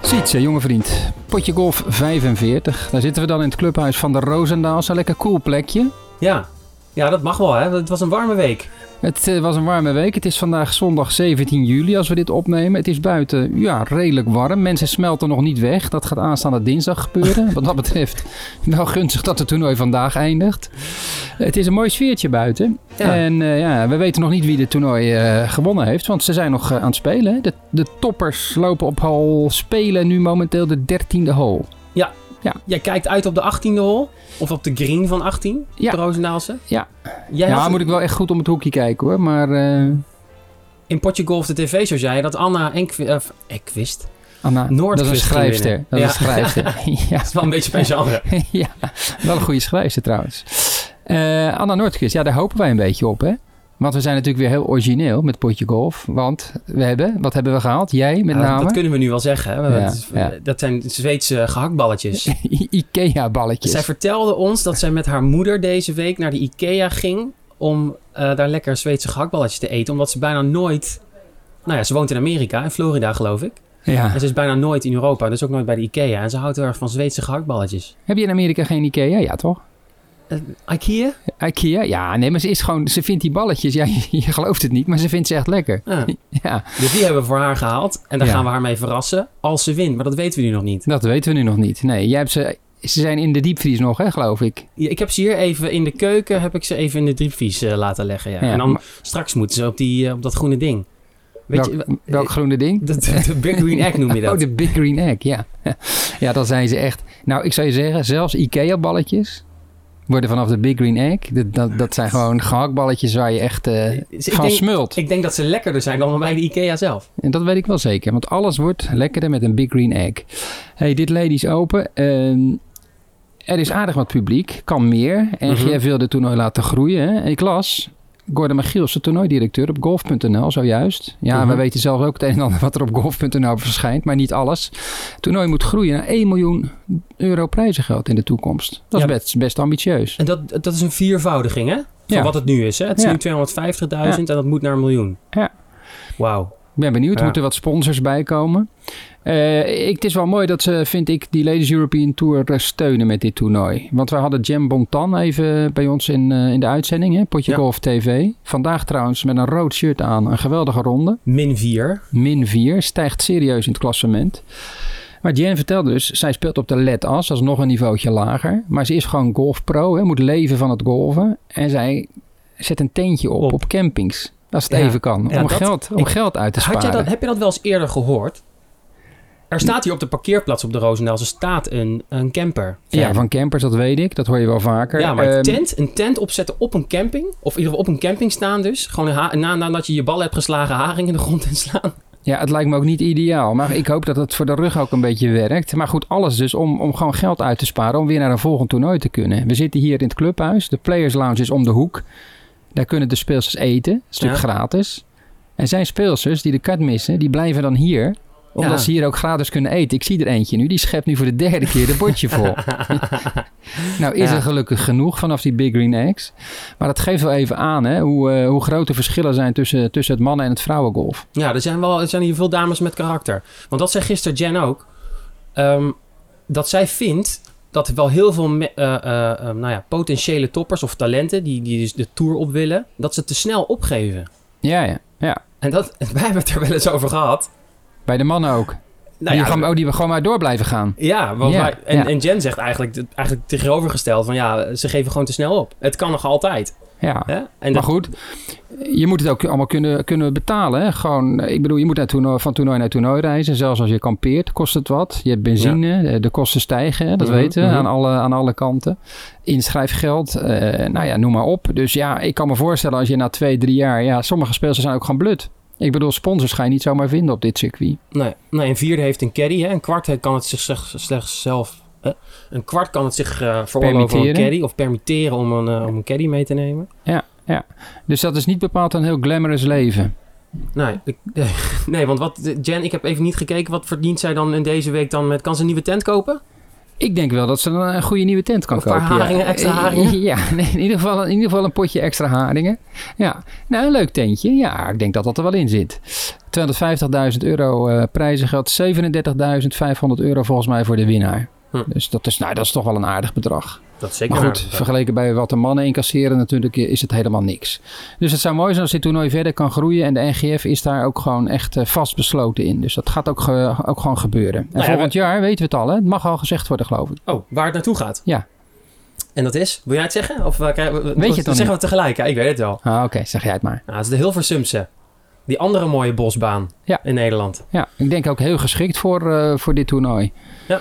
Sietse, jonge vriend. Potje Golf 45. Daar zitten we dan in het clubhuis van de Roosendaal. Zo'n lekker cool plekje. Ja. ja, dat mag wel hè. Het was een warme week. Het eh, was een warme week. Het is vandaag zondag 17 juli als we dit opnemen. Het is buiten ja, redelijk warm. Mensen smelten nog niet weg. Dat gaat aanstaande dinsdag gebeuren. Wat dat betreft wel gunstig dat het toernooi vandaag eindigt. Het is een mooi sfeertje buiten. Ja. En eh, ja, we weten nog niet wie dit toernooi eh, gewonnen heeft. Want ze zijn nog eh, aan het spelen. hè. De, de toppers lopen op hal. Spelen nu momenteel de 13e hole. Jij kijkt uit op de 18e hol. Of op de green van 18. Ja. De Roosendaalse. Ja. Jij ja, had moet ik wel echt goed om het hoekje kijken hoor. Maar eh, in Potje Golf de TV zo zei je dat Anna Enqui- eh, Enquist... Anna, dat is een Noordqvist schrijfster. winnen. Dat is een Ja. schrijfster. ja. Dat is wel een beetje mijn genre. ja, wel een goede schrijfster trouwens. Eh, Anna Noordqvist, ja, daar hopen wij een beetje op, hè? Want we zijn natuurlijk weer heel origineel met potje golf. Want we hebben, wat hebben we gehaald? Jij met Ja, dat- name? Dat kunnen we nu wel zeggen. Hè? Ja, Dat is- ja. Dat zijn Zweedse gehaktballetjes. I- Ikea-balletjes. Zij vertelde ons dat zij met haar moeder deze week naar de IKEA ging om eh, daar lekker Zweedse gehaktballetjes te eten. Omdat ze bijna nooit... Nou ja, ze woont in Amerika, in Florida geloof ik. Ja. En ze is bijna nooit in Europa, dus ook nooit bij de IKEA. En ze houdt heel erg van Zweedse gehaktballetjes. Heb je in Amerika geen Ikea? Ja, toch? IKEA? Ikea? Ja, nee, maar ze is gewoon... Ze vindt die balletjes, ja, je, je gelooft het niet, maar ze vindt ze echt lekker. Ja. Ja, Dus die hebben we voor haar gehaald. En daar Ja. gaan we haar mee verrassen als ze wint. Maar dat weten we nu nog niet. dat weten we nu nog niet. Nee, jij hebt ze... Ze zijn in de diepvries nog, hè, geloof ik. Ja, Ik heb ze hier even in de keuken, heb ik ze even in de diepvries eh, laten leggen. Ja. Ja, en dan maar- straks moeten ze op, die, eh, op dat groene ding. Weet je, welk, welk groene ding? de, de, de Big Green Egg noem Eh, je dat. Oh, de Big Green Egg, ja. Ja, dan zijn ze echt... Nou, ik zou je zeggen, zelfs IKEA-balletjes worden vanaf de Big Green Egg... Dat, dat, dat zijn gewoon gehaktballetjes waar je echt eh Dus ik, van denk, smult. ik denk dat ze lekkerder zijn dan bij de IKEA zelf. En dat weet ik wel zeker, want alles wordt lekkerder met een Big Green Egg. hey, dit Ladies Open. ehm, er is aardig wat publiek, kan meer. En Mhm. GF wil dit toernooi laten groeien. Hè? En ik las... Gordon Magiels, de toernooidirecteur op golf.nl, zojuist. Ja, Mhm. we weten zelf ook het een en ander wat er op golf.nl verschijnt, maar niet alles. Het toernooi moet groeien naar 1 miljoen euro prijzengeld in de toekomst. Dat is Ja. best, best ambitieus. En dat, dat is een viervoudiging, hè? Van Ja. wat het nu is, hè? Het Ja. is nu 250.000 en dat moet naar een miljoen. Ja. Wauw. Ik ben benieuwd. Ja. Moeten wat sponsors bijkomen? Eh, ik, het is wel mooi dat ze, vind ik, die Ladies European Tour eh, steunen met dit toernooi. Want wij hadden Jam Bontan even bij ons in, eh, in de uitzending, hè? Potje Ja. Golf TV. Vandaag trouwens met een rood shirt aan. Een geweldige ronde. Min 4. Min 4. Stijgt serieus in het klassement. Maar Jan vertelde dus, zij speelt op de LED As. Dat is nog een niveautje lager. Maar ze is gewoon golfpro. Hè? Moet leven van het golven. En zij zet een tentje op op, Op. campings. Als het Ja. even kan. Ja, om dat- geld, om ik- geld uit te Had sparen. jij dat, heb je dat wel eens eerder gehoord? Er staat hier op de parkeerplaats op de Roosendaalse staat een, een camper. Ja, van campers, dat weet ik. Dat hoor je wel vaker. Ja, maar Ehm, tent, een tent opzetten op een camping. Of in ieder geval op een camping staan dus. Gewoon een ha- na, nadat je je bal hebt geslagen, haring in de grond inslaan. Ja, het lijkt me ook niet ideaal. Maar ik hoop dat het voor de rug ook een beetje werkt. Maar goed, alles dus om, om gewoon geld uit te sparen. Om weer naar een volgend toernooi te kunnen. We zitten hier in het clubhuis. De Players Lounge is om de hoek. Daar kunnen de speelsters eten. Dat is natuurlijk gratis. En zijn speelsters die de cut missen, die blijven dan hier. Omdat Ja. ze hier ook gratis kunnen eten. Ik zie er eentje nu. Die schept nu voor de derde keer de bordje vol. nou is Ja. er gelukkig genoeg vanaf die Big Green Eggs. Maar dat geeft wel even aan hè, hoe, eh, hoe grote verschillen zijn tussen, tussen het mannen- en het vrouwengolf. Ja, er zijn, wel, er zijn hier veel dames met karakter. Want dat zei gisteren Jen ook. ehm, dat zij vindt dat er wel heel veel me- eh, eh, eh, nou ja, potentiële toppers of talenten... die, die dus de Tour op willen, dat ze te snel opgeven. Ja, ja, ja. En dat, wij hebben het er wel eens over gehad. Bij de mannen ook. Nou die, ja, gewoon, oh, die gewoon maar door blijven gaan. Ja, want Ja, wij- en, ja. en Jen zegt eigenlijk, eigenlijk tegenovergesteld van ja, ze geven gewoon te snel op. Het kan nog altijd. Ja. Hè? En maar dat, goed, je moet het ook allemaal kunnen, kunnen betalen. Hè? Gewoon, eh, ik bedoel, je moet naar toernooi, van toernooi naar toernooi reizen. Zelfs als je kampeert, kost het wat. Je hebt benzine, eh, de kosten stijgen, hè, dat Mhm, weten we, mhm. aan, alle, aan alle kanten. Inschrijfgeld, eh, nou ja, noem maar op. Dus ja, ik kan me voorstellen als je na twee, drie jaar... Ja, sommige speelsters zijn ook gewoon blut. Ik bedoel, sponsors ga je niet zomaar vinden op dit circuit. nee, nee, een vierde heeft een caddy. Hè? Een kwart eh, kan het zich slechts, slechts zelf... Hè? Een kwart kan het zich eh veroorloven om een Permitteren. caddy. Of permitteren om een, eh, om een caddy mee te nemen. Dus dat is niet bepaald een heel glamorous leven. Nee, ik- eh, nee want wat, Jen, ik heb even niet gekeken. Wat verdient zij dan in deze week dan met... Kan ze een nieuwe tent kopen? Ik denk wel dat ze dan een goede nieuwe tent kan Een paar kopen. ja. Eh, haringen, extra haringen? Ja, nee, in, ieder geval, in ieder geval een potje extra haringen. Ja, nou een leuk tentje. Ja, ik denk dat dat er wel in zit. 250.000 euro eh prijzengeld, 37.500 euro volgens mij voor de winnaar. Hm. Dus dat is, nou, dat is toch wel een aardig bedrag. Dat is zeker Maar goed, waar. vergeleken bij wat de mannen incasseren natuurlijk eh, is het helemaal niks. Dus het zou mooi zijn als dit toernooi verder kan groeien. En de NGF is daar ook gewoon echt eh, vastbesloten in. Dus dat gaat ook, ge- ook gewoon gebeuren. En Nou ja, volgend jaar weten we het al hè. Het mag al gezegd worden geloof ik. Oh, waar het naartoe gaat. Ja. En dat is? Wil jij het zeggen? Of weet Weet je het dan zeggen we het tegelijk? Ja, ik weet het wel. Ah, Oké, zeg jij het maar. Nou, het is de Hilversumse. Die andere mooie bosbaan Ja. in Nederland. Ja, ik denk ook heel geschikt voor, eh, voor dit toernooi. Ja.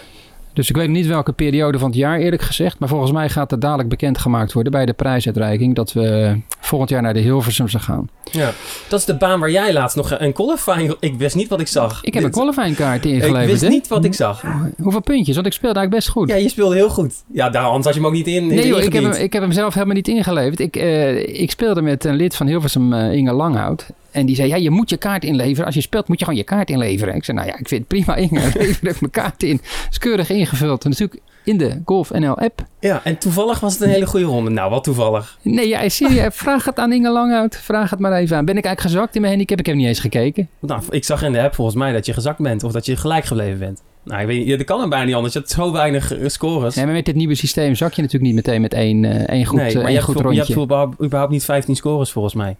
Dus ik weet niet welke periode van het jaar eerlijk gezegd. Maar volgens mij gaat het dadelijk bekendgemaakt worden bij de prijsuitreiking. Dat we volgend jaar naar de Hilversumse gaan. Ja. Dat is de baan waar jij laatst nog een qualifying... Ik wist niet wat ik zag. Ik heb een Dit- qualifying kaart ingeleverd. Ik wist hè? niet wat ik zag. Hoeveel puntjes? Want ik speelde eigenlijk best goed. Ja, je speelde heel goed. Ja, daar, anders had je hem ook niet in. Nee, joh, ik, heb hem, ingediend. ik heb hem zelf helemaal niet ingeleverd. Ik, eh, ik speelde met een lid van Hilversum, eh, Inge Langhout. En die zei, ja, je moet je kaart inleveren. Als je speelt, moet je gewoon je kaart inleveren. Ik zei, nou ja, ik vind het prima, Inge. Lever ik mijn kaart in. Is keurig ingevuld. En natuurlijk in de Golf NL app. Ja, en toevallig was het een hele goede ronde. Nou, wat toevallig. Nee, ja, serieus, vraag het aan Inge Langhout. Vraag het maar even aan. Ben ik eigenlijk gezakt in mijn handicap? Ik heb niet eens gekeken. Nou, ik zag in de app volgens mij dat je gezakt bent. Of dat je gelijk gebleven bent. Nou, ik weet niet. ja, Dat kan er bijna niet anders. Je hebt zo weinig eh, scores. Nee, maar met dit nieuwe systeem zak je natuurlijk niet meteen met één, eh, één goed, eh, maar één je goed hebt, voor- je rondje. hebt voor überhaupt, überhaupt niet 15 scores volgens mij.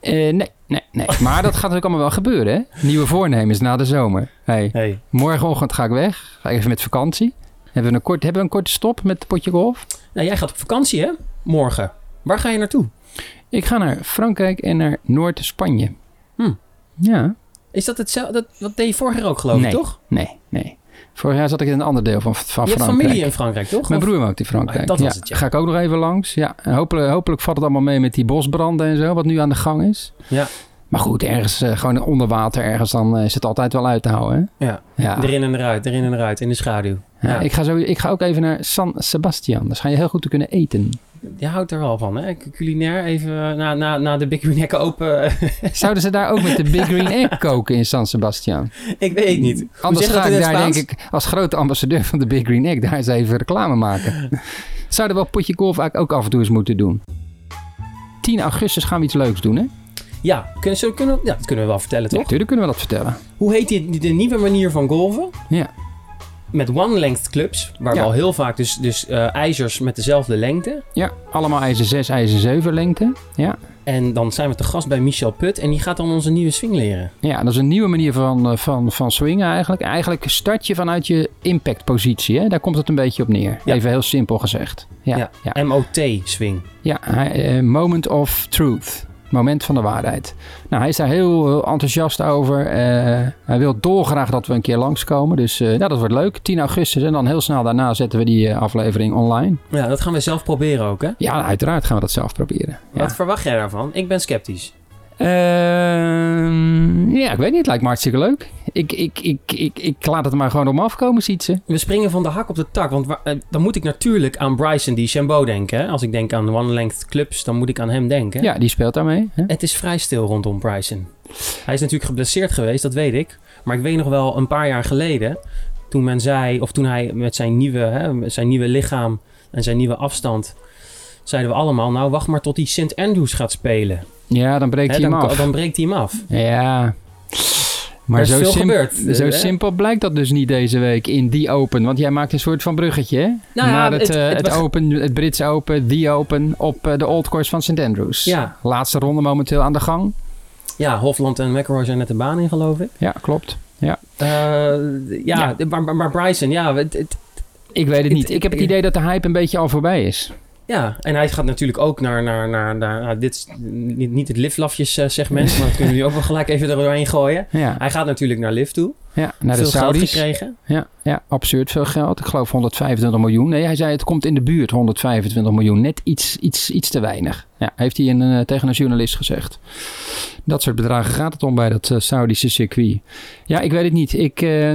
Eh, nee, nee, nee. Maar dat gaat natuurlijk allemaal wel gebeuren, hè? Nieuwe voornemens na de zomer. Hey. Hey. Morgenochtend ga ik weg. Ga ik even met vakantie. Hebben we een, kort, hebben we een korte stop met het potje golf? Nou, jij gaat op vakantie, hè? Morgen. Waar ga je naartoe? Ik ga naar Frankrijk en naar Noord-Spanje. Hm. Ja, Is dat hetzelfde? Dat, dat deed je vorig jaar ook, geloof ik, Nee. toch? nee, nee. Vorig jaar zat ik in een ander deel van, van je hebt Frankrijk. familie in Frankrijk, toch? Mijn Of- broer woont in Ah, Frankrijk. dat ja. was het, ja. Ga ik ook nog even langs. Ja. En hopelijk, hopelijk valt het allemaal mee met die bosbranden en zo, wat nu aan de gang is. Ja. Maar goed, ergens eh, gewoon onder water, ergens, dan eh, is het altijd wel uit te houden. Hè? Ja. ja. Erin en eruit, erin en eruit, in de schaduw. Ja, Ja. Ik, ga zo, ik ga ook even naar San Sebastian. Daar schijn je heel goed te kunnen eten. Je houdt er wel van, hè? Culinair even eh, na, na, na de Big Neck open. eh, Zouden ze daar ook met de Big Green Egg koken in San Sebastian? ik weet het niet. Anders zeg je ga ik dat in daar het Spaans? denk ik als grote ambassadeur van de Big Green Egg daar eens even reclame maken. Zouden we wel potje golf eigenlijk ook af en toe eens moeten doen. 10 augustus gaan we iets leuks doen, hè? Ja, kunnen, zullen- kunnen, we- ja, dat kunnen we wel vertellen, toch? Natuurlijk kunnen we dat vertellen. Hoe heet dit, de nieuwe manier van golven? Ja. Met one-length clubs, waar Ja. wel heel vaak dus, dus eh, ijzers met dezelfde lengte. Ja, allemaal ijzer 6, ijzer 7 lengte. Ja. En dan zijn we te gast bij Michel Put en die gaat dan onze nieuwe swing leren. ja, dat is een nieuwe manier van, eh, van, van swingen eigenlijk. Eigenlijk start je vanuit je impactpositie, hè? Daar komt het een beetje op neer. Ja. Even heel simpel gezegd. Ja, Ja. ja. ja. MOT-swing. hij- eh, moment of truth. Moment van de waarheid. Nou, hij is daar heel, heel enthousiast over. Eh, hij wil dolgraag dat we een keer langskomen. Dus eh, ja, dat wordt leuk. 10 augustus en dan heel snel daarna zetten we die eh, aflevering online. Ja, dat gaan we zelf proberen ook, hè? Ja, uiteraard gaan we dat zelf proberen. Ja. Wat verwacht jij daarvan? Ik ben sceptisch. Ehm, ja, ik weet niet. Het lijkt me hartstikke leuk. Ik, ik, ik, ik, ik laat het maar gewoon om afkomen, Sietse. We springen van de hak op de tak, want wa- eh, dan moet ik natuurlijk aan Bryson DeChambeau denken. Hè? Als ik denk aan one-length clubs, dan moet ik aan hem denken. Ja, die speelt daarmee. Hè? Het is vrij stil rondom Bryson. Hij is natuurlijk geblesseerd geweest, dat weet ik. Maar ik weet nog wel een paar jaar geleden, toen men zei, of toen hij met zijn nieuwe, hè, met zijn nieuwe lichaam en zijn nieuwe afstand, zeiden we allemaal, nou wacht maar tot hij St. Andrews gaat spelen. Ja, dan breekt Hè, hij hem dan, af. dan breekt hij hem af. Ja. Er Maar is zo, veel sim- gebeurd. zo Eh, simpel blijkt dat dus niet deze week in die Open. Want jij maakt een soort van bruggetje, hè? Nou ja, Naar het, het- eh, het, het was- open, het Britse Open, die Open, op eh, de Old Course van St. Andrews. Ja. Laatste ronde momenteel aan de gang. Ja, Hofland en McEnroe zijn net de baan in, geloof ik. Ja, klopt. Eh, ja, Maar, maar- maar Bryson, ja, het, het- Ik weet het Het- niet. Ik heb het ik- idee dat de hype een beetje al voorbij is. Ja, en hij gaat natuurlijk ook naar, naar, naar, naar, naar dit, is niet, niet het liflafjes eh, segment, maar dat kunnen jullie ook wel gelijk even er doorheen gooien. Ja, Hij gaat natuurlijk naar Liv toe. ja naar Veel de geld Saudis. gekregen. Ja, ja, absurd veel geld. Ik geloof 125 miljoen. Nee, hij zei het komt in de buurt 125 miljoen. Net iets, iets, iets te weinig. Ja, heeft hij een, eh, tegen een journalist gezegd. Dat soort bedragen gaat het om bij dat eh, Saudische circuit. Ja, ik weet het niet. Ik eh,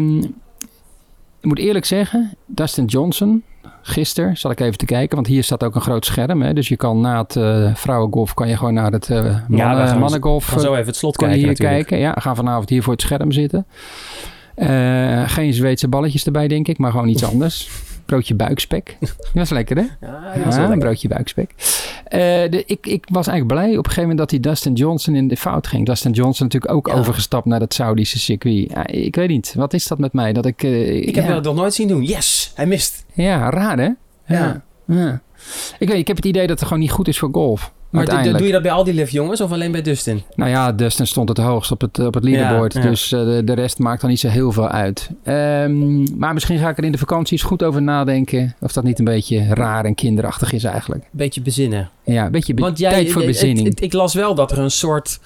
moet eerlijk zeggen, Dustin Johnson, gisteren zal ik even te kijken, want hier staat ook een groot scherm. Hè, dus je kan na het eh, vrouwengolf, kan je gewoon naar het eh mannen, wij gaan- We mannengolf gaan zo even het slot kan je kijken hier natuurlijk. kijken. Ja, gaan vanavond hier voor het scherm zitten. Eh, geen Zweedse balletjes erbij, denk ik, maar gewoon iets anders. broodje buikspek. Dat was lekker, hè? Ja, Ja, een broodje buikspek. Eh, de, ik, ik was eigenlijk blij op een gegeven moment dat die Dustin Johnson in de fout ging. Dustin Johnson natuurlijk ook Ja. overgestapt naar dat Saudische circuit. Ja, ik weet niet, wat is dat met mij? Dat ik, eh, Ik heb ja, dat nog nooit zien doen. Yes, hij mist. ja, raar hè? Ja. Ja. Ik, weet, ik heb het idee dat het gewoon niet goed is voor golf. Maar d- d- uiteindelijk. doe je dat bij al die live jongens of alleen bij Dustin? Nou ja, Dustin stond het hoogst op het, op het leaderboard. Ja, ja. Dus eh, de, de rest maakt dan niet zo heel veel uit. Ehm, maar misschien ga ik er in de vakantie eens goed over nadenken. Of dat niet een beetje raar en kinderachtig is eigenlijk. Beetje bezinnen. Ja, een beetje be- Want jij, tijd voor het- bezinning. het- ik las wel dat er een soort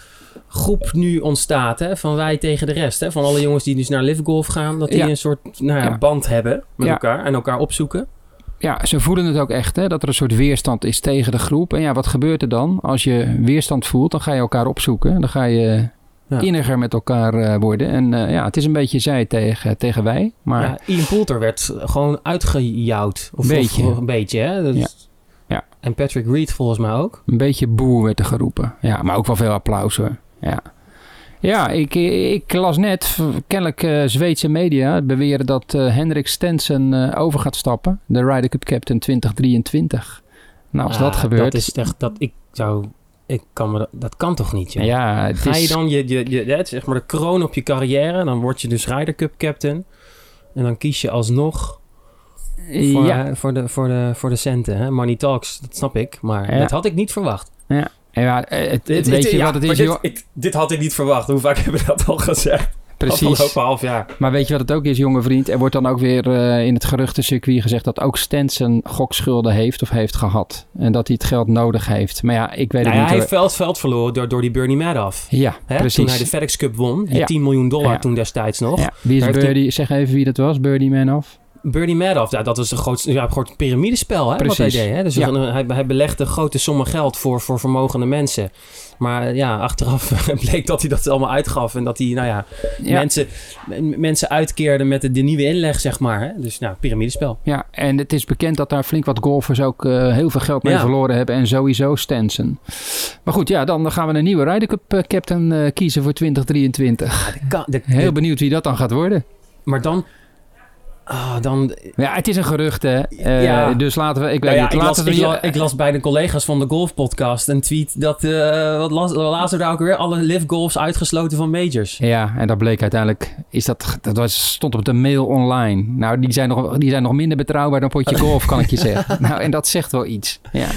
groep nu ontstaat, hè, van wij tegen de rest, hè, van alle jongens die dus naar Live Golf gaan, dat die Ja. een soort nou ja, Ja. band hebben met Ja. elkaar en elkaar opzoeken. Ja, ze voelen het ook echt, hè, dat er een soort weerstand is tegen de groep. En ja, wat gebeurt er dan? Als je weerstand voelt, dan ga je elkaar opzoeken. Dan ga je Ja. inniger met elkaar eh, worden. En eh, ja, het is een beetje zij tegen, tegen wij. Maar Ja, Ian Poulter werd gewoon uitgejouwd. Of, Beetje. of- of een beetje, hè? Dat is- Ja. Ja. En Patrick Reed volgens mij ook. een beetje boer werd er geroepen. Ja, maar ook wel veel applaus hoor. Ja, ja ik, ik las net, v- kennelijk eh, Zweedse media beweren dat eh, Henrik Stensen eh, over gaat stappen. De Ryder Cup Captain 2023. Nou, als dat Ah, gebeurt... Dat is echt, dat ik zou, ik kan me, dat, dat kan toch niet, joh. ja, het Ga je is- dan je, je, je, hè, zeg maar de kroon op je carrière, dan word je dus Ryder Cup captain. En dan kies je alsnog voor, ja, eh, voor, de, voor, de, voor de centen. Hè? Money talks, dat snap ik. Maar Ja. dat had ik niet verwacht. Ja, eh, het, weet je wat het is, joh? dit had ik niet verwacht. Hoe vaak hebben we dat al gezegd? Precies. half jaar. Maar weet je wat het ook is, jonge vriend? Er wordt dan ook weer eh, in het geruchtencircuit gezegd dat ook Stenson gokschulden heeft of heeft gehad. En dat hij het geld nodig heeft. Maar ja, ik weet het Nou ja, hij niet. heeft veld, veld verloren door, door die Bernie Madoff. hoor. Ja, Hè? precies. Toen hij de FedEx Cup won. Die Ja. 10 miljoen dollar Ja. toen destijds nog. Ja, Wie Daar is heeft hij- Birdie? Zeg even wie dat was, Birdie Manoff. Bernie Madoff, ja, dat was een groot, ja, een groot piramidespel hè, wat hij Precies. deed. Hè? Dus Ja. een- hij, hij belegde grote sommen geld voor, voor vermogende mensen. Maar eh, ja, achteraf bleek dat hij dat allemaal uitgaf. En dat hij nou ja, Ja, mensen, m- mensen uitkeerde met de, de nieuwe inleg, zeg maar. Hè? Dus nou, piramidespel. ja, en het is bekend dat daar flink wat golfers ook eh, heel veel geld mee Ja. verloren hebben. En sowieso Stenson. Maar goed, ja, dan gaan we een nieuwe Ryder Cup eh, captain eh, kiezen voor 2023. Ja, dat kan- dat- Heel benieuwd wie dat dan gaat worden. maar dan... ah, dan Ja, het is een gerucht, hè. Eh, Ja. Dus laten we... Ik weet Nou ja, niet, ik, las, laten we ik, hier- la- ik las bij de collega's van de golfpodcast een tweet dat eh wat las, laatst daar ook weer alle live golfs uitgesloten van majors. Ja, en dat bleek uiteindelijk, is dat, dat was, stond op de mail online. Nou, die zijn, nog, die zijn nog minder betrouwbaar dan potje golf, kan ik je zeggen. Nou, en dat zegt wel iets. Ja.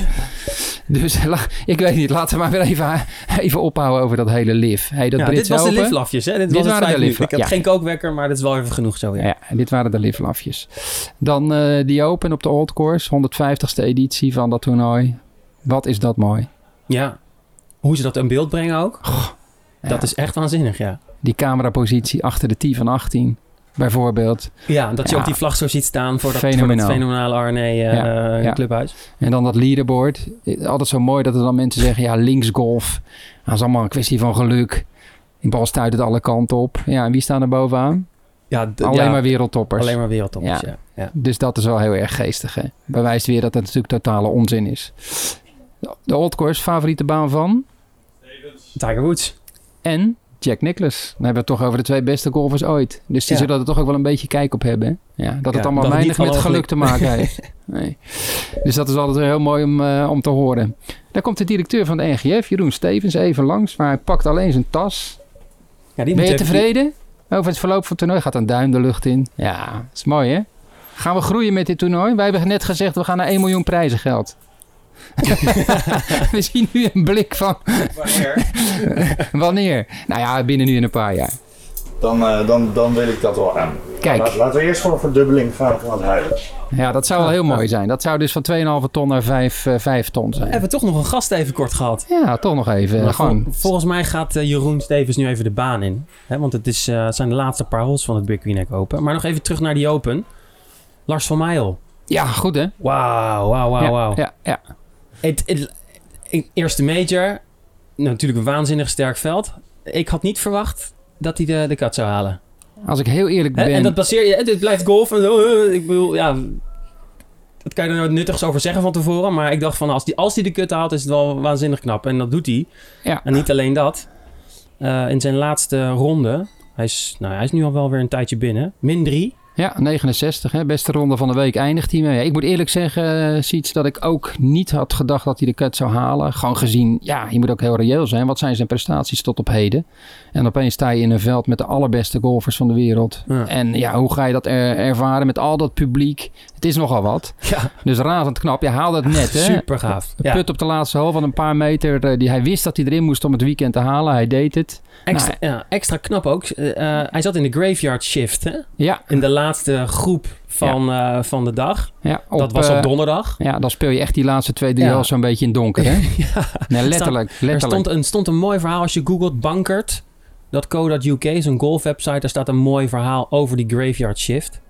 Dus la- ik weet niet, laten we maar weer even, even ophouden over dat hele liv. Hey, dat Ja, Brits dit was de Open. liflafjes, hè? Dit, Dit was het waren de vijf minuten. lifla- Ik had ja. geen kookwekker, maar dat is wel even genoeg zo, oh ja. Ja, dit waren de livlafjes. Dan eh, die Open op de Old Course, 150ste editie van dat toernooi. Wat is dat mooi. Ja. Hoe ze dat in beeld brengen ook. Ja. Dat is echt waanzinnig, ja. Die camerapositie achter de 10 van 18, bijvoorbeeld. Ja, dat je Ja. ook die vlag zo ziet staan voor dat, voor dat Fenomenaal. fenomenale Arne eh, Ja, ja. clubhuis. En dan dat leaderboard. Eh, Altijd zo mooi dat er dan mensen zeggen... ja, linksgolf. Dat is allemaal een kwestie van geluk. Die bal stuit het alle kanten op. Ja, en wie staan er bovenaan? Ja, d- Alleen ja, maar wereldtoppers. alleen maar wereldtoppers, ja. Ja. Ja. Dus dat is wel heel erg geestig, hè? Bewijst weer dat het natuurlijk totale onzin is. De Old Course, favoriete baan van... Tiger Woods. en Jack Nicklaus. Dan hebben we het toch over de twee beste golfers ooit. Dus die Ja. zullen er toch ook wel een beetje kijk op hebben. hè? Ja, dat het Ja, allemaal dat het weinig met niet allemaal geluk te maken heeft. Nee. Dus dat is altijd weer heel mooi om, eh, om te horen. Daar komt de directeur van de NGF, Jeroen Stevens, even langs. Maar hij pakt alleen zijn tas. Ja, die Ben moet je even- tevreden over het verloop van het toernooi? Gaat een duim de lucht in. Ja, dat is mooi hè? Gaan we groeien met dit toernooi? Wij hebben net gezegd, we gaan naar 1 miljoen prijzen geld. we zien nu een blik van, wanneer? Nou ja, binnen nu in een paar jaar. Dan, eh, dan, dan wil ik dat wel aan. Kijk, Laat- laten we eerst voor een verdubbeling gaan van het huilen. ja, dat zou wel heel mooi zijn. Dat zou dus van 2,5 ton naar 5, ton zijn. Hebben we toch nog een gast even kort gehad. Ja, toch nog even. Maar gewoon. vol- volgens mij gaat eh, Jeroen Stevens nu even de baan in. Hè? Want het, is, eh, het zijn de laatste paar holes van het Big Green Egg Open. Maar nog even terug naar die Open. Lars van Meijel. Ja, goed hè? Wauw, wauw, ja, wauw, wauw. Ja, ja. Het, het- ik- eerste major, nou, natuurlijk een waanzinnig sterk veld. Ik had niet verwacht dat hij de, de kat zou halen. Als ik heel eerlijk Hè? ben. En dat baseer je, hè, dit blijft golf. En, zo, eh, ik bedoel, ja, dat kan je er nooit nuttigs over zeggen van tevoren. Maar ik dacht van, als die, als die de kut haalt, is het wel waanzinnig knap. En dat doet hij. ja. En niet alleen dat. Eh, in zijn laatste ronde, hij is, nou, hij is nu al wel weer een tijdje binnen. Min 3. Ja, 69. Hè? Beste ronde van de week eindigt hij mee. Ja, ik moet eerlijk zeggen, eh, Siets, dat ik ook niet had gedacht dat hij de cut zou halen. Gewoon gezien, ja, je moet ook heel reëel zijn. Wat zijn zijn prestaties tot op heden? En opeens sta je in een veld met de allerbeste golfers van de wereld. Ja. En ja, hoe ga je dat er- ervaren met al dat publiek? Het is nogal wat. Ja, Dus razend knap. Je haalde het net, hè? super gaaf. Een put op de laatste hal van een paar meter. eh, Die hij wist dat hij erin moest om het weekend te halen. Hij deed het. Extra, nou ja, extra knap ook. Eh, eh, hij zat in de graveyard shift, hè? Ja, In de laatste groep van, eh, van de dag. ja dat was op eh, donderdag. Ja, dan speel je echt die laatste twee drie Ja. holes zo'n beetje in het donker, hè? Nee, letterlijk. Er letterlijk. stond een, stond een mooi verhaal als je googelt bankert. Dat co.uk is een golfwebsite. Daar staat een mooi verhaal over die graveyard shift.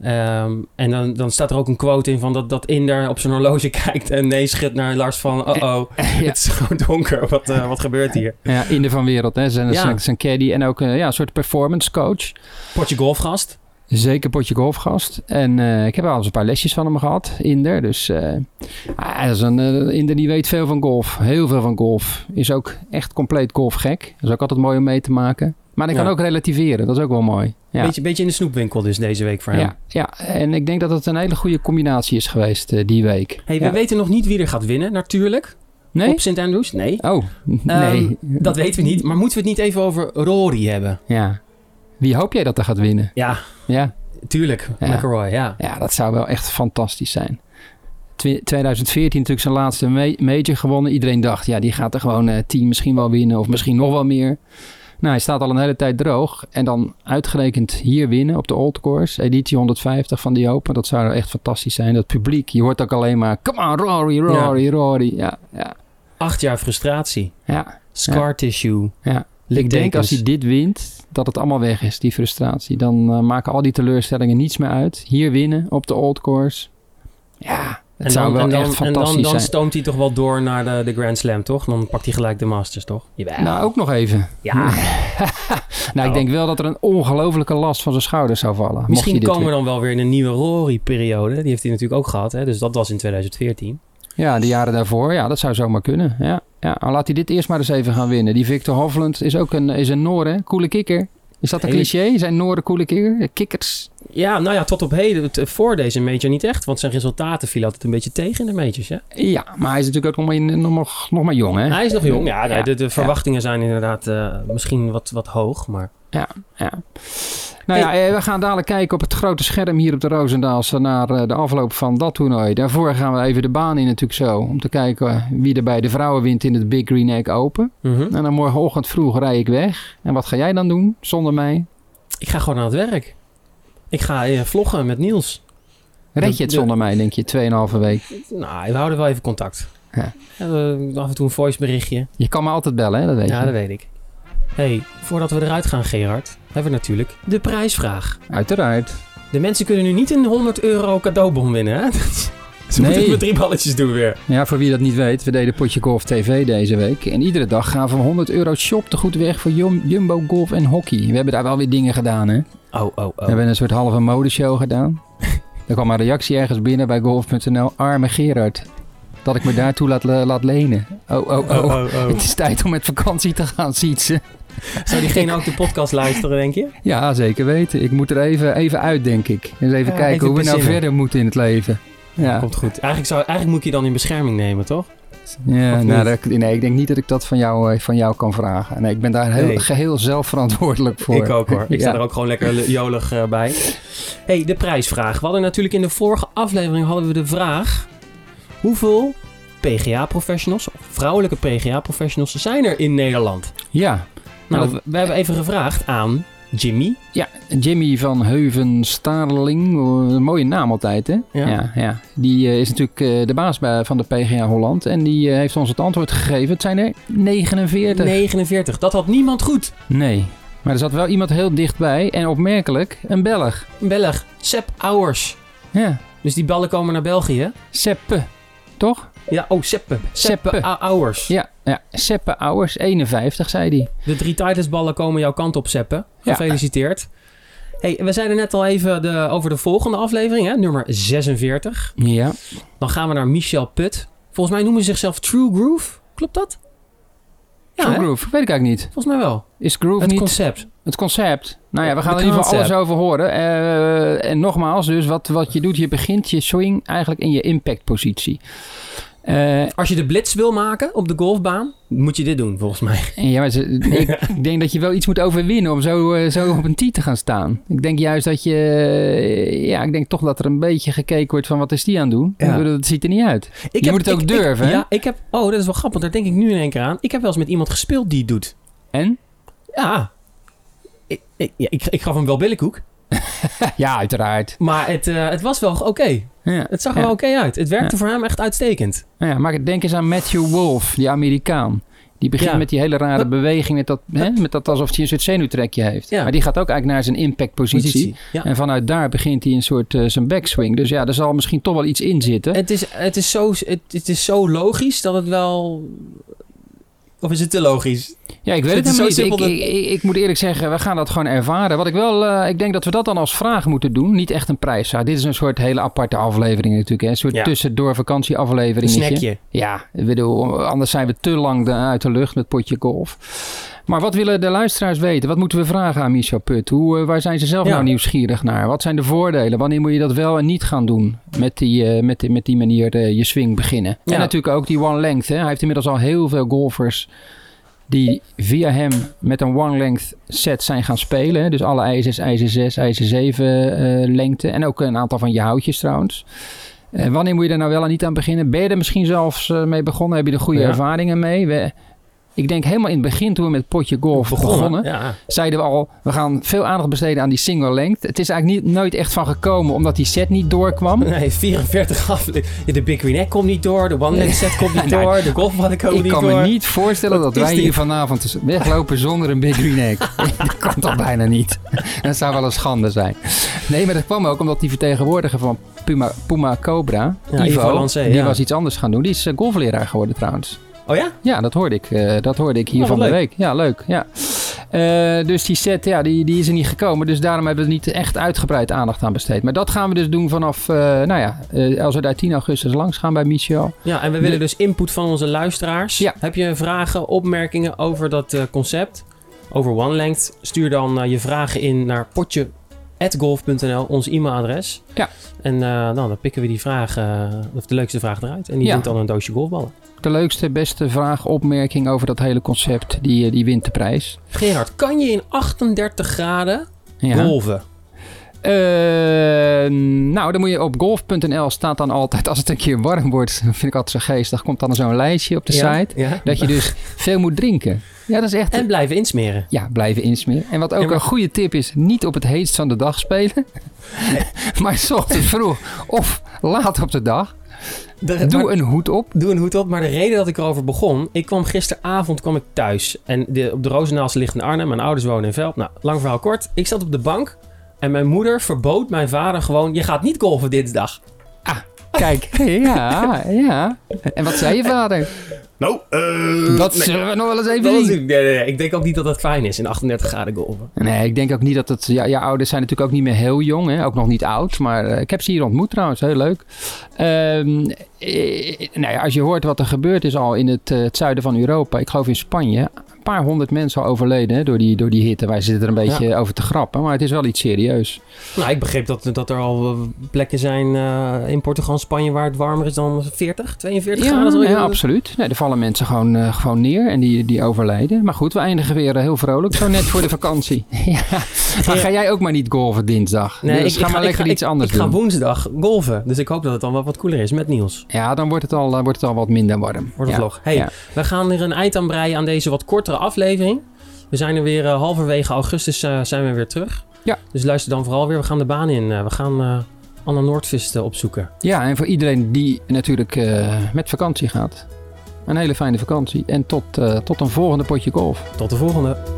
Ehm, en dan, dan staat er ook een quote in van dat, dat Inder op zijn horloge kijkt en nee schudt naar Lars van... Oh oh, Eh, ja. het is gewoon donker. Wat, eh, wat gebeurt hier? Ja, in de van wereld, hè? Zijn, Ja. zijn, zijn caddy en ook eh, ja, een soort performance coach. Potje golfgast. Zeker potje golfgast. En eh, ik heb al eens een paar lesjes van hem gehad, Inder. Dus eh, hij is een eh, Inder die weet veel van golf. Heel veel van golf. Is ook echt compleet golfgek. Dat is ook altijd mooi om mee te maken. Maar hij kan Ja. ook relativeren. Dat is ook wel mooi. Ja. Beetje, beetje in de snoepwinkel dus deze week voor hem. Ja, ja, en ik denk dat het een hele goede combinatie is geweest eh, die week. Hey, we Ja. weten nog niet wie er gaat winnen, natuurlijk. Nee? Op St. Andrews? Nee. Oh, nee. Ehm, dat weten we niet. Maar moeten we het niet even over Rory hebben? Ja. Wie hoop jij dat er gaat winnen? Ja, Ja, tuurlijk. Ja. McElroy, ja. ja dat zou wel echt fantastisch zijn. Twi- 2014 natuurlijk zijn laatste ma- major gewonnen. Iedereen dacht, ja, die gaat er gewoon eh 10 misschien wel winnen of misschien nog wel meer. Nou, hij staat al een hele tijd droog. En dan uitgerekend hier winnen op de Old Course. Editie 150 van die Open. Dat zou wel echt fantastisch zijn. Dat publiek, je hoort ook alleen maar... Come on, Rory, Rory, Rory. Ja, ja, Acht jaar frustratie. ja. Scar tissue. Ja. Ik Liktekens. denk als hij dit wint, dat het allemaal weg is, die frustratie. Dan eh, maken al die teleurstellingen niets meer uit. Hier winnen op de Old Course. Ja, het en zou dan, wel en dan, echt en fantastisch dan, dan zijn. stoomt hij toch wel door naar de, de Grand Slam, toch? Dan pakt hij gelijk de Masters, toch? Jawel. Nou, ook nog even. ja. Nou, ik denk wel dat er een ongelofelijke last van zijn schouders zou vallen. mocht Misschien hij dit komen we winnen. dan wel weer in een nieuwe Rory-periode. Die heeft hij natuurlijk ook gehad, hè? Dus dat was in 2014. Ja, de jaren daarvoor. Ja, dat zou zomaar kunnen. Ja, ja. al laat hij dit eerst maar eens even gaan winnen. Die Victor Hovland is ook een, is een Noor, hè? Coole kikker. Is dat een Hele- cliché? Zijn Nooren coole kikker? Kikkers. Ja, nou ja, tot op heden, het- voor deze major niet echt. Want zijn resultaten vielen altijd een beetje tegen in de majors, hè? Ja, maar hij is natuurlijk ook nog maar, nog, nog, nog maar jong, hè? Hij is nog jong. Ja, Ja. de, de verwachtingen zijn inderdaad eh, misschien wat, wat hoog, maar... Nou ja, eh, we gaan dadelijk kijken op het grote scherm hier op de Roosendaalse naar eh, de afloop van dat toernooi. Daarvoor gaan we even de baan in natuurlijk zo, om te kijken eh, wie er bij de vrouwen wint in het Big Green Egg Open. Mhm. En dan morgenochtend vroeg rij ik weg. En wat ga jij dan doen zonder mij? Ik ga gewoon aan het werk. Ik ga eh, vloggen met Niels. Red je het De- zonder mij, denk je, 2,5 week? Nou, we houden wel even contact. Ja. Eh, af en toe een voiceberichtje. Je kan me altijd bellen, hè? dat weet Ja, je. dat weet ik. hey, voordat we eruit gaan, Gerard, hebben we natuurlijk de prijsvraag. Uiteraard. De mensen kunnen nu niet een 100 euro cadeaubon winnen, hè? Ze moeten Nee. het met drie balletjes doen weer. Ja, voor wie dat niet weet, we deden Potje Golf TV deze week. En iedere dag gaan we 100 euro shop te goed weg voor Jum- Jumbo Golf en Hockey. We hebben daar wel weer dingen gedaan, hè? Oh, oh, oh. We hebben een soort halve modeshow gedaan. Er kwam een reactie ergens binnen bij golf.nl. Arme Gerard. Dat ik me daartoe laat, laat lenen. Oh, oh, oh. Het is tijd om met vakantie te gaan sietsen. Zou diegene ook de podcast luisteren, denk je? Ja, zeker weten. Ik moet er even, even uit, denk ik. Eens even Ja, kijken even hoe we nou bezinnen. verder moeten in het leven. Ja, Komt goed. Eigenlijk, zou, eigenlijk moet ik je dan in bescherming nemen, toch? ja of nou, niet? dat- nee, ik denk niet dat ik dat van jou, eh, van jou kan vragen. Nee, ik ben daar heel, Nee. geheel zelf verantwoordelijk voor. Ik ook hoor. Ik sta Ja. er ook gewoon lekker le- jolig eh, bij. hey, de prijsvraag. We hadden natuurlijk in de vorige aflevering hadden we de vraag... Hoeveel PGA-professionals, of vrouwelijke PGA-professionals, zijn er in Nederland? Ja, Nou, Nou, we, we hebben even gevraagd aan Jimmy. Ja, Jimmy van Heuven Starling, een mooie naam altijd hè? Ja. ja, Die eh, is natuurlijk eh, de baas bij, van de PGA Holland en die eh, heeft ons het antwoord gegeven. Het zijn er 49. 49. Dat had niemand goed. Nee. Maar er zat wel iemand heel dichtbij en opmerkelijk, een Belg. Belg, Sepp Auwers. Ja, Dus die ballen komen naar België. Seppe, toch? Ja, oh, Seppe. Seppe Seppe. A- Auwers. Ja, ja. Seppe Ouwers, 51 zei hij. De drie titelsballen komen jouw kant op, Seppen. Gefeliciteerd. Hey, we zeiden net al even de, over de volgende aflevering, hè? nummer 46. Ja. Dan gaan we naar Michel Put. Volgens mij noemen ze zichzelf True Groove. Klopt dat? Ja, True hè? Groove, weet ik eigenlijk niet. volgens mij wel. Is Groove het niet... eh, concept. Het concept. Nou ja, we gaan De er in ieder geval alles concept. over horen. Eh, en nogmaals, dus wat, wat je doet, je begint je swing eigenlijk in je impactpositie. Eh, Als je de blitz wil maken op de golfbaan, moet je dit doen, volgens mij. en ja, maar ze- ik, ik denk dat je wel iets moet overwinnen om zo, eh, zo op een tee te gaan staan. Ik denk juist dat je... eh, ja, ik denk toch dat er een beetje gekeken wordt van wat is die aan het doen. Ja. Ik bedoel, het ziet er niet uit. Ik moet het ook ik- durven, ik- hè? Ja, ik heb... Oh, dat is wel grappig. Daar denk ik nu in één keer aan. Ik heb wel eens met iemand gespeeld die het doet. En? Ja. Ik, ik, ja, ik, ik gaf hem wel billenkoek. Ja, uiteraard. Maar het, eh, het was wel oké. Ja. Het zag er wel oké uit. Het werkte voor hem echt uitstekend. Nou ja, maar denk eens aan Matthew Wolf, die Amerikaan. Die begint Ja. met die hele rare Hup. beweging, met dat, hè, met dat alsof hij een soort zenuwtrekje heeft. Ja. Maar die gaat ook eigenlijk naar zijn impactpositie. Ja. En vanuit daar begint hij een soort eh, zijn backswing. Dus ja, er zal misschien toch wel iets in zitten. Het is, het, is zo, het, het is zo logisch dat het wel... Of is het te logisch? ja, ik weet het het helemaal is zo niet. Ik, simpel ik, ik, ik moet eerlijk zeggen, we gaan dat gewoon ervaren. Wat ik wel, eh, ik denk dat we dat dan als vraag moeten doen. Niet echt een prijs. dit is een soort hele aparte aflevering natuurlijk. Hè? Een soort Ja. tussendoor Een vakantieafleveringetje. snackje. Ja, ik bedoel, anders zijn we te lang de- uit de lucht met potje golf. Maar wat willen de luisteraars weten? Wat moeten we vragen aan Michel Put? Hoe, eh, waar zijn ze zelf Ja. nou nieuwsgierig naar? Wat zijn de voordelen? Wanneer moet je dat wel en niet gaan doen? Met die, eh, met die, met die manier eh, je swing beginnen. Ja. En natuurlijk ook die one length. Hè? Hij heeft inmiddels al heel veel golfers die via hem met een one length set zijn gaan spelen. hè. Dus alle ijzers, ijzer 6, ijzer 7 eh, lengte. En ook een aantal van je houtjes trouwens. Eh, wanneer moet je daar nou wel en niet aan beginnen? Ben je er misschien zelfs eh, mee begonnen? Heb je er goede Ja. ervaringen mee? We- ik denk helemaal in het begin toen we met potje golf begonnen, Ja. zeiden we al, we gaan veel aandacht besteden aan die single length. Het is eigenlijk niet, nooit echt van gekomen, omdat die set niet doorkwam. Nee, 44 afleveringen. De Big Green Egg komt niet door. De One Leg Set komt niet Nou, door. De golfballen komen Ik niet kan door. me niet voorstellen Wat dat is wij dit? hier vanavond eens weglopen zonder een Big Green Egg. dat kan toch bijna niet? Dat zou wel een schande zijn. Nee, maar dat kwam ook omdat die vertegenwoordiger van Puma, Puma Cobra, Ja, Ivo, Ivo Lancé, die ja. was iets anders gaan doen. Die is eh, golfleraar geworden trouwens. Oh ja? Ja, dat hoorde ik. eh, dat hoorde ik hier Oh, wat van de leuk. week. Ja, leuk. Ja. Eh, dus die set, ja, die, die is er niet gekomen. Dus daarom hebben we er niet echt uitgebreid aandacht aan besteed. Maar dat gaan we dus doen vanaf, eh, nou ja, eh, als we daar 10 augustus langs gaan bij Michel. Ja, en we willen dus input van onze luisteraars. Ja. Heb je vragen, opmerkingen over dat eh, concept? Over One Length? Stuur dan eh, je vragen in naar potje.golf.nl, ons e-mailadres. Ja. En eh, nou, dan pikken we die vraag, eh, of de leukste vraag eruit. En die Ja. wint dan een doosje golfballen. De leukste, beste vraag, opmerking over dat hele concept, die, eh, die wint de prijs. Gerard, kan je in 38 graden Ja. golven? Eh, nou, dan moet je op golf.nl staat dan altijd, als het een keer warm wordt, vind ik altijd zo geestig, komt dan zo'n lijstje op de Ja, site. Ja. Dat je dus veel moet drinken. Ja, dat is echt En blijven insmeren. Ja, blijven insmeren. En wat ook Ja, maar- een goede tip is, niet op het heetst van de dag spelen. maar 's ochtends vroeg of laat op de dag. De- Eh, maar- Doe een hoed op. Doe een hoed op. Maar de reden dat ik erover begon... Ik kwam gisteravond kwam ik thuis. En de, op de Rozenaals ligt in Arnhem. Mijn ouders wonen in Velp. Nou, lang verhaal kort. Ik zat op de bank. En mijn moeder verbood mijn vader gewoon... Je gaat niet golven dinsdag. Kijk, ja, ja. En wat zei je vader? Nou, eh, Dat zullen we nog wel eens Dat even was- zien. nee, nee, nee. Ik denk ook niet dat dat fijn is in 38 graden golven. Nee, ik denk ook niet dat het... Ja, ja, ouders zijn natuurlijk ook niet meer heel jong, hè? ook nog niet oud. Maar eh, ik heb ze hier ontmoet trouwens, heel leuk. Ehm, eh, nou ja, als je hoort wat er gebeurd is al in het, eh, het zuiden van Europa. Ik geloof in Spanje. Een paar honderd mensen al overleden hè, door, die, door die hitte. Wij zitten er een beetje over te grappen. Maar het is wel iets serieus. Nou, ik begreep dat, dat er al eh, plekken zijn eh, in Portugal en Spanje... waar het warmer is dan 40, 42 graden. ja, Zo- absoluut. Nee, er vallen mensen gewoon, eh, gewoon neer en die, die overlijden. Maar goed, we eindigen weer eh, heel vrolijk. Zo net voor de vakantie. ja. Maar ga jij ook maar niet golven dinsdag. Nee, dus ik, ga ik maar lekker ik- iets anders ik ga doen. woensdag golven. Dus ik hoop dat het dan wel wat koeler is met Niels. Ja, dan wordt het al, eh, wordt het al wat minder warm. Wordt ja. een vlog. Hey, Ja. we gaan er een eind aan breien aan deze wat kortere aflevering. We zijn er weer eh, halverwege augustus eh, zijn we weer terug. Ja. Dus luister dan vooral weer. We gaan de baan in. Eh, we gaan eh, Anna Noordvist eh, opzoeken. Ja, en voor iedereen die natuurlijk eh, met vakantie gaat. Een hele fijne vakantie. En tot, eh, tot een volgende potje golf. Tot de volgende.